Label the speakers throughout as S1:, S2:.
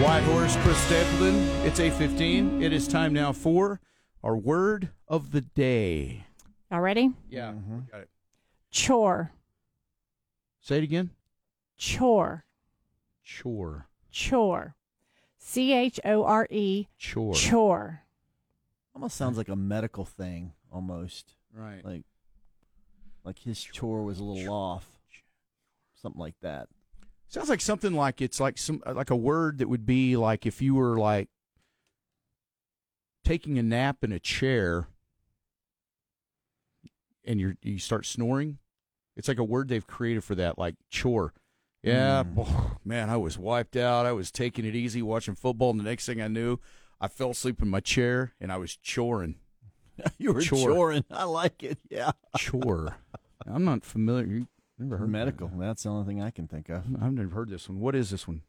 S1: White Horse, Chris Stapleton. It's 8.15. It is time now for our word of the day.
S2: All ready?
S1: Yeah. Got it.
S2: Chore.
S1: Say it again.
S2: Chore.
S1: Chore.
S2: Chore. C H O R E.
S1: Chore.
S2: Chore.
S3: Almost sounds like a medical thing, almost.
S1: Right.
S3: Like, like his chore was a little off, something like that.
S1: Sounds like something like it's like some uh, like a word that would be like if you were like taking a nap in a chair and you you start snoring. It's like a word they've created for that, like chore. Yeah, boy, man, I was wiped out. I was taking it easy watching football, and the next thing I knew, I fell asleep in my chair and I was choring.
S3: you were
S1: Chore.
S3: choring. I like it. Yeah.
S1: Chore. I'm not familiar. You never heard
S3: medical.
S1: That.
S3: That's the only thing I can think of.
S1: I've never heard this one. What is this one?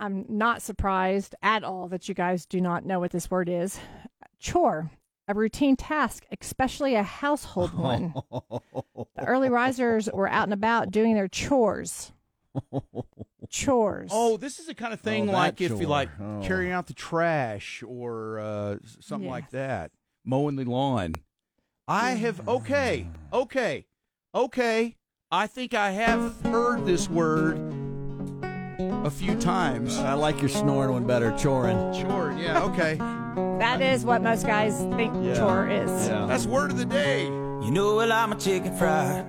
S2: I'm not surprised at all that you guys do not know what this word is. Chore. A routine task, especially a household one. The early risers were out and about doing their chores. Chores.
S1: Oh, this is the kind of thing
S3: Oh, that
S1: like if you
S3: chore.
S1: like
S3: Oh.
S1: carrying out the trash or uh, s- something
S2: Yeah.
S1: like that, mowing the lawn. I have okay, okay, okay. I think I have heard this word a few times.
S3: I like your snoring one better, choring.
S1: Sure, yeah, okay.
S2: That is what most guys think
S3: Yeah.
S2: chore is.
S3: Yeah.
S1: That's word of the day.
S4: You know, well, I'm a chicken fried.